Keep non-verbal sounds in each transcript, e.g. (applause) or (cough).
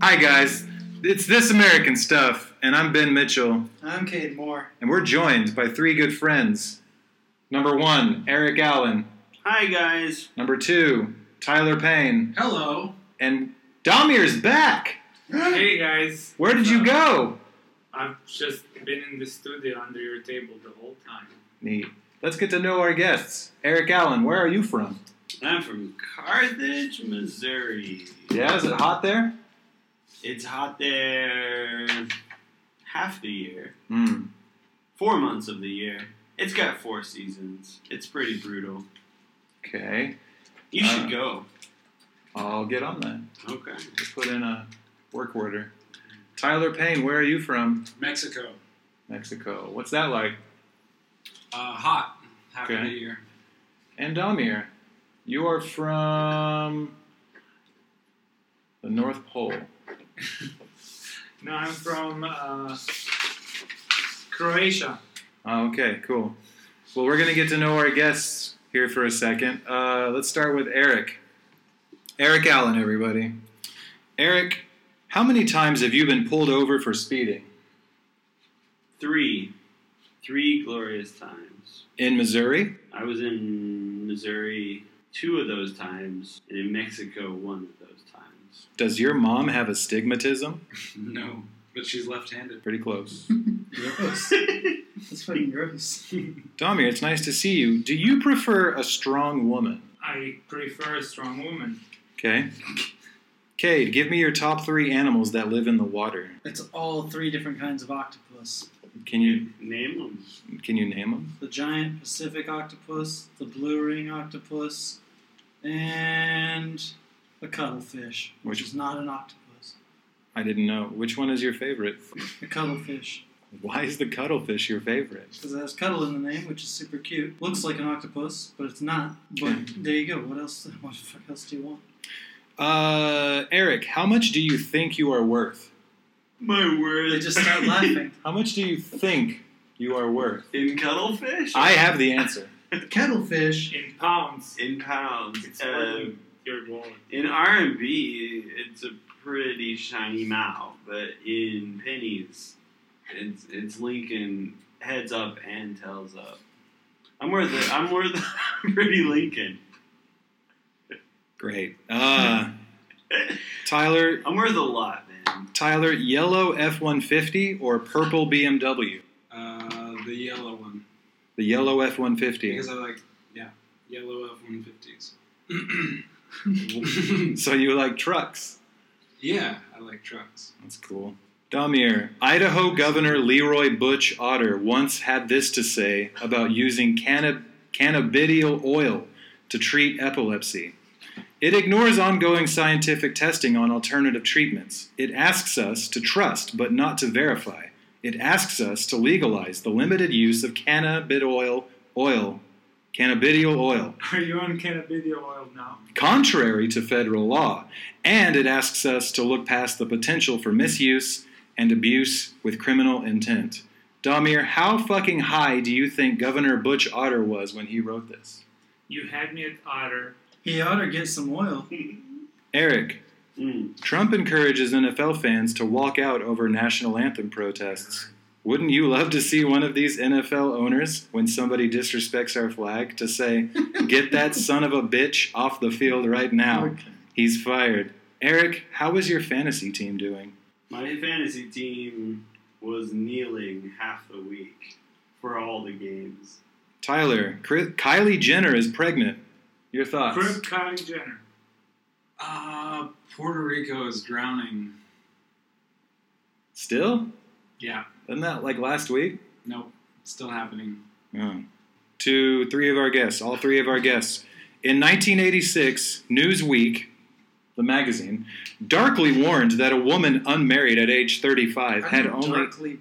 Hi, guys. It's This American Stuff, and I'm Ben Mitchell, I'm Cade Moore. and we're joined by three good friends. Number one, Eric Allen. Hi guys. Number two, Tyler Payne. Hello. And Damir's back. Hey guys, Where did you go? I've just been in the studio under your table the whole time. Neat. Let's get to know our guests. Eric Allen, where are you from? I'm from Carthage, Missouri. Yeah, is it hot there? It's hot there half the year. Hmm. Four months of the year. It's got four seasons. It's pretty brutal. Okay. You Uh. should go. I'll get on that. Okay. Just put in a work order. Tyler Payne, where are you from? Mexico. Mexico. What's that like? Uh, hot. Half of the Okay. year. And Damir, you are from the North Pole. No, I'm from uh, Croatia. Oh, okay, cool. Well, we're going to get to know our guests here for a second. Uh, let's start with Eric. Eric Allen, everybody. Eric, how many times have you been pulled over for speeding Three. Three glorious times. in Missouri? I was in Missouri two of those times, and in Mexico one of those times. Does your mom have astigmatism? No, but she's left-handed. Pretty close. (laughs) Gross. That's fucking gross. Damir, it's nice to see you. Do you prefer a strong woman? I prefer a strong woman. Okay. Cade, give me your top three animals that live in the water. It's all three different kinds of octopus Can you Name them. can you name them? the giant Pacific octopus, the blue ring octopus, and the cuttlefish, which, Which- is not an octopus. I didn't know. Which one is your favorite? (laughs) The cuttlefish, Why is the cuttlefish your favorite? because it has cuttle in the name, which is super cute. Looks like an octopus, but it's not. But there you go. What else? (laughs) What the fuck else do you want? Uh, Eric, how much do you think you are worth? My word. They just start laughing. (laughs) How much do you think you are worth? (laughs) In cuttlefish? I have the answer. Kettlefish. In pounds, in pounds. it's more Uh, than your wallet. In R and B, it's a pretty shiny mouth, but in pennies, it's it's Lincoln heads up and tails up. I'm worth it. I'm worth. (laughs) I'm pretty Lincoln. (laughs) Great. Uh, Tyler, I'm worth a lot, man. Tyler, yellow F-150 or purple BMW? Uh, the yellow one, The yellow F-150. because I like, yeah, yellow F-150s. So you like trucks. yeah, I like trucks. That's cool. Damir, Idaho Governor Leroy Butch Otter once had this to say about using cannab- cannabidiol oil to treat epilepsy. It ignores ongoing scientific testing on alternative treatments. It asks us to trust but not to verify. It asks us to legalize the limited use of cannabidiol oil, cannabidiol oil, Are (laughs) you on cannabidiol oil now? contrary to federal law, and it asks us to look past the potential for misuse and abuse with criminal intent. Damir, how fucking high do you think Governor Butch Otter was when he wrote this? You had me at otter. He ought to get some oil. Eric, Mm. Trump encourages NFL fans to walk out over national anthem protests. Wouldn't you love to see one of these NFL owners, when somebody disrespects our flag, to say, Get that son of a bitch off the field right now? He's fired. Eric, how is your fantasy team doing? My fantasy team was kneeling half the week for all the games. Tyler, Kri- Kylie Jenner is pregnant. Your From thoughts? Kylie Jenner. Uh, Puerto Rico is drowning. Still? Yeah, Isn't that like last week? nope, still happening. Oh. To three of our guests, all three of our guests. In 1986, Newsweek, the magazine, darkly warned that a woman unmarried at age 35 had I'm only darkly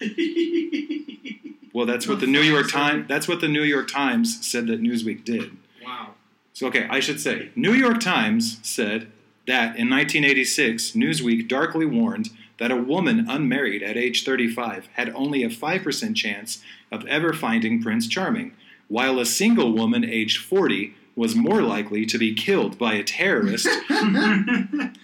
(laughs) warm. well, that's what the New York Times that's what the New York Times said that Newsweek did. Wow. So, okay, I should say, New York Times said that in 1986, Newsweek darkly warned that a woman unmarried at age 35 had only a 5% chance of ever finding Prince Charming, while a single woman aged 40 was more likely to be killed by a (laughs) terrorist than,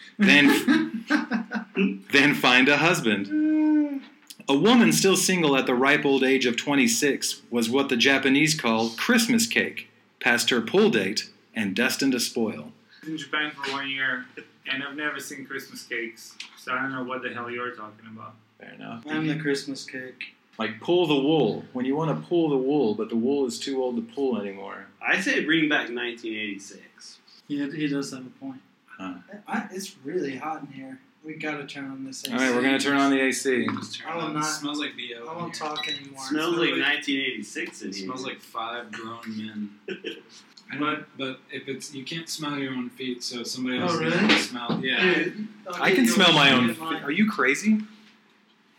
than find a husband. A woman still single at the ripe old age of 26 was what the Japanese call Christmas cake, past her pull date and destined to spoil. in Japan for one year, and I've never seen Christmas cakes, so I don't know what the hell you're talking about. Fair enough. I'm the Christmas cake. Like pull the wool when you want to pull the wool, but the wool is too old to pull anymore. I say bring back 1986. He, he does have a point. Huh. I, it's really hot in here. We gotta turn on this. All right, we're gonna turn on the AC. Just turn I it will on. not- It smells like VO. I in won't here. talk anymore. smells like 1986 in It here. (laughs) smells like five grown men. I don't, but if it's you can't smell your own feet, so somebody Oh, else really? can smell. Yeah. (laughs) Dude, okay, I can you smell my should own. get mine. Are you crazy?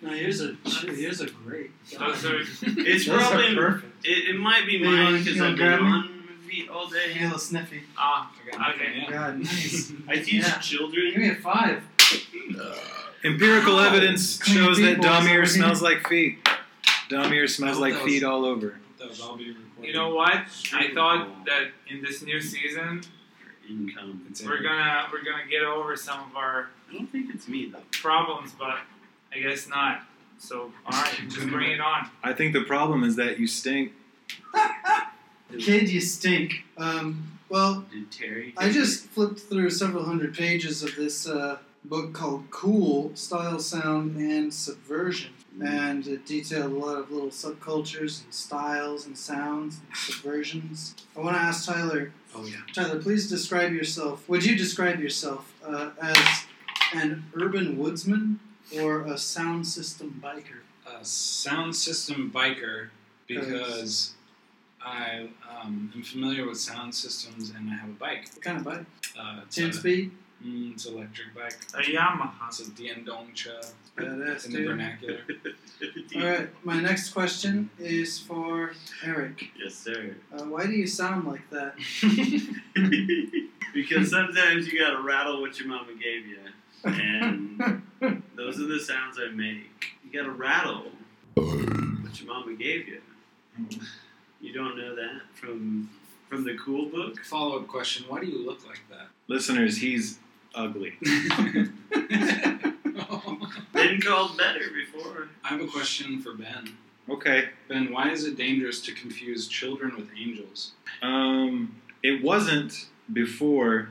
No, here's a here's a great. Those are it's Those are probably perfect. it, it might be You wanna- mine you because wanna I've been grab 'em? on my feet all Hey, day. little sniffy. ah okay. Yeah. God, nice. I teach Yeah. Give children. me a five. Empirical Ow. evidence Clean shows that people is over here. Domir smells like feet. Domir smells Oh, like that was- feet all over. That was all being recorded. You know what? I thought that in this new season Income. It's we're in. gonna we're gonna get over some of our I don't think it's me though. problems, but I guess not. So all right, (laughs) just bring it on. I think the problem is that you stink. Kid, you stink. Um, well, Did Terry? I just flipped through several hundred pages of this uh, book called Cool Style, Sound, and Subversion. Mm. And it detailed a lot of little subcultures and styles and sounds and subversions. I want to ask Tyler. Oh, (laughs) yeah. Tyler, please describe yourself. Would you describe yourself uh, as an urban woodsman or a sound system biker? a sound system biker because I um, am familiar with sound systems and I have a bike. What kind of bike? Uh, it's, Ten a- speed? mm, it's an electric bike. A Yamaha. It's a Dien Dong Cha Badass, in the dude. (laughs) vernacular. All right, my next question is for Eric. Yes, sir. (laughs) Uh, why do you sound like that? because sometimes you gotta rattle what your mama gave you, (laughs) and those are the sounds I make. You gotta rattle what your mama gave you. Mm. You don't know that from from the cool book. Follow up question Why do you look like Listeners, he's ugly. (laughs) that? Been called better before. I have a question for Ben. Okay. Ben, why is it dangerous to confuse children with angels? Um, it wasn't before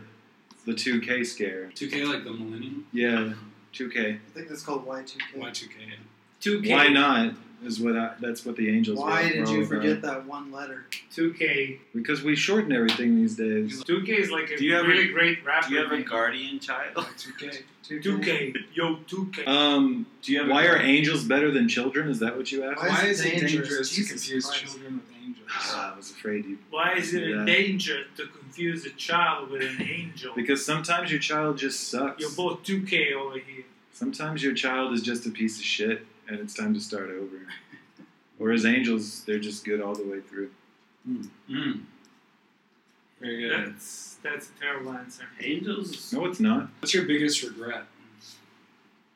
the 2K scare. 2K like the millennium? Yeah, 2K. I think that's called Y2K. Y2K. yeah. Two Why K. not? Is what I, that's what the angels. Why were- did were you all forget about. that one letter? Two K. Because we shorten everything these days. Two K is like a Do you have really great rapper. Do you have a name. guardian child? Y2K. Two K. Yo, two K. Uh, Um, Do you have? why a are angels better than children? Is that what you asked? Why is Why it is it dangerous? dangerous to Jesus confuse Christ. children with angels? Ah, (sighs) I was afraid you. Why is it Yeah. a danger to confuse a child with an angel? Because sometimes your child just sucks. You're both 2K over here. Sometimes your child is just a piece of shit and it's time to start over. Whereas angels, they're just good all the way through. Mm. Very good. That's that's a terrible answer. Angels. No, it's not. What's your biggest regret?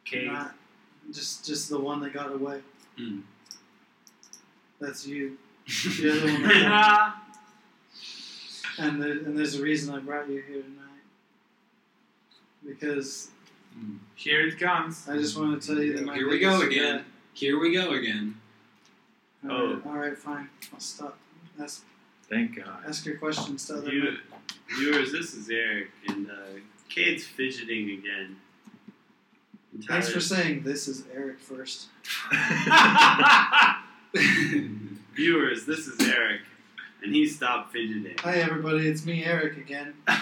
Okay. Not- just, just the one that got away. Hmm. That's you. The other (laughs) one. that got- Ah, and, the, and there's a reason I brought you here tonight. Because (laughs) here it (laughs) comes. (laughs) I just want to tell you that my Here we biggest go again. Oh. Here we go again. (laughs) regret- All right, all right, fine. I'll stop. Ask, Thank God. ask your questions to other You, viewers, this is Eric, and uh, Kate's fidgeting again. And Thanks for Tyler's- saying this is Eric first. Viewers, this is Eric, and he stopped fidgeting. Hi, everybody. It's me, Eric, again. Here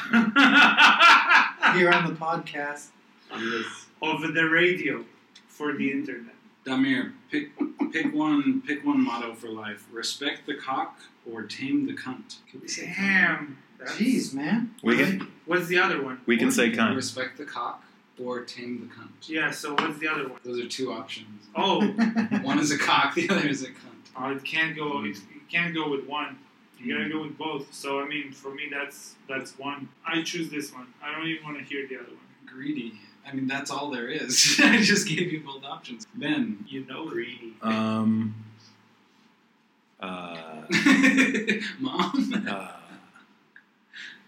on the podcast. On this, over the radio for the internet. Damir, pick pick one pick one motto for life. Respect the cock or tame the cunt. Can we say cunt? Damn. that's- Jeez, man. We can What's the other one? we can say kind. Respect the cock or tame the cunt. Yeah, so what's the other one? Those are two options. (laughs) Oh, (laughs) One is a cock, the other is a cunt. oh, it can't go it, you can't go with one. You gotta go with both. So I mean for me that's that's one. I choose this one. I don't even wanna hear the other one. Greedy. I mean, that's all there is. (laughs) I just gave you both options. Ben. (laughs) You know it. greedy. Um. Uh, Mom. uh,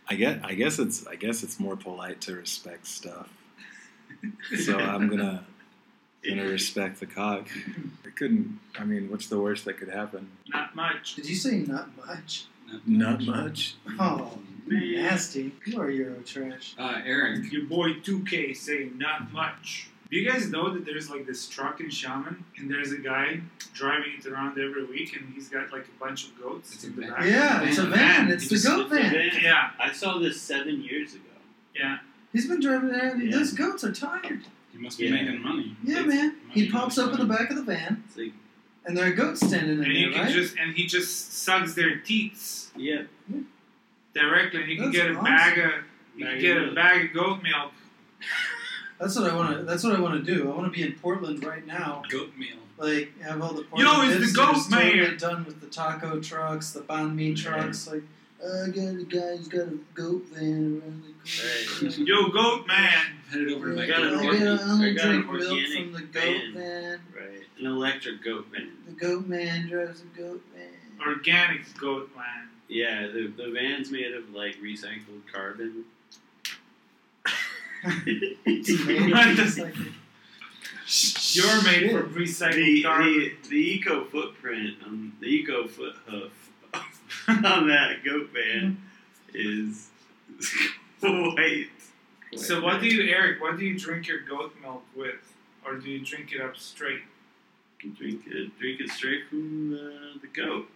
I guess I guess it's I guess it's more polite to respect stuff. So I'm (laughs) gonna gonna respect the cock. It couldn't. I mean, what's the worst that could happen? Not much. Did you say not much? Not much. Mm-hmm. Oh, Man. nasty. You are Euro trash. Uh, Eric, Your boy 2K saying not much. Do you guys know that there's like this truck in Shaman, and there's a guy driving it around every week, and he's got like a bunch of goats It's a in the van. back? Yeah, it's a van. It's You the just- goat van. Van. Yeah, I saw this seven years ago. yeah. He's been driving that. and Yeah. Those goats are tired. you must be Yeah. making money. Yeah, It's- man. He money pops goes up in the down. back of the van, It's like, and there are goats standing in And you there, can right? just and he just sucks their teats yeah, directly. And you can That's get a awesome. bag of you Bag can of get a milk. bag of goat milk. That's what I want to. That's what I want to do. I want to be in Portland right now. Goat meal. Like have all the Yo, Portland it's the hipsters goat totally mayor. done with the taco trucks, the banh mi trucks. Like, uh, I got a guy who's got a goat van around the corner. Right. Yo, goat man. Headed over to I like got an gotta- I organic- gotta only I got an drink milk organic from the goat van. man. right. An electric goat van. The goat man drives the goat man. (laughs) Organic goat man. Yeah, the, the van's made of like recycled carbon. (laughs) (laughs) It's like- You're made Shit. from the, recycled carbon. the, the eco footprint, um, the eco foot hoof (laughs) on that goat van is (laughs) quite. So what do you, Eric? What do you drink your goat milk with, or do you drink it up straight? you drink it? Drink it straight from the, the goat.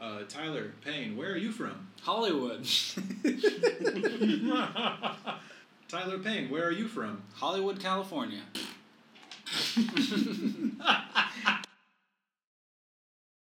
Uh, Tyler Payne, where are you from? Hollywood. Tyler Payne, where are you from? Hollywood, California.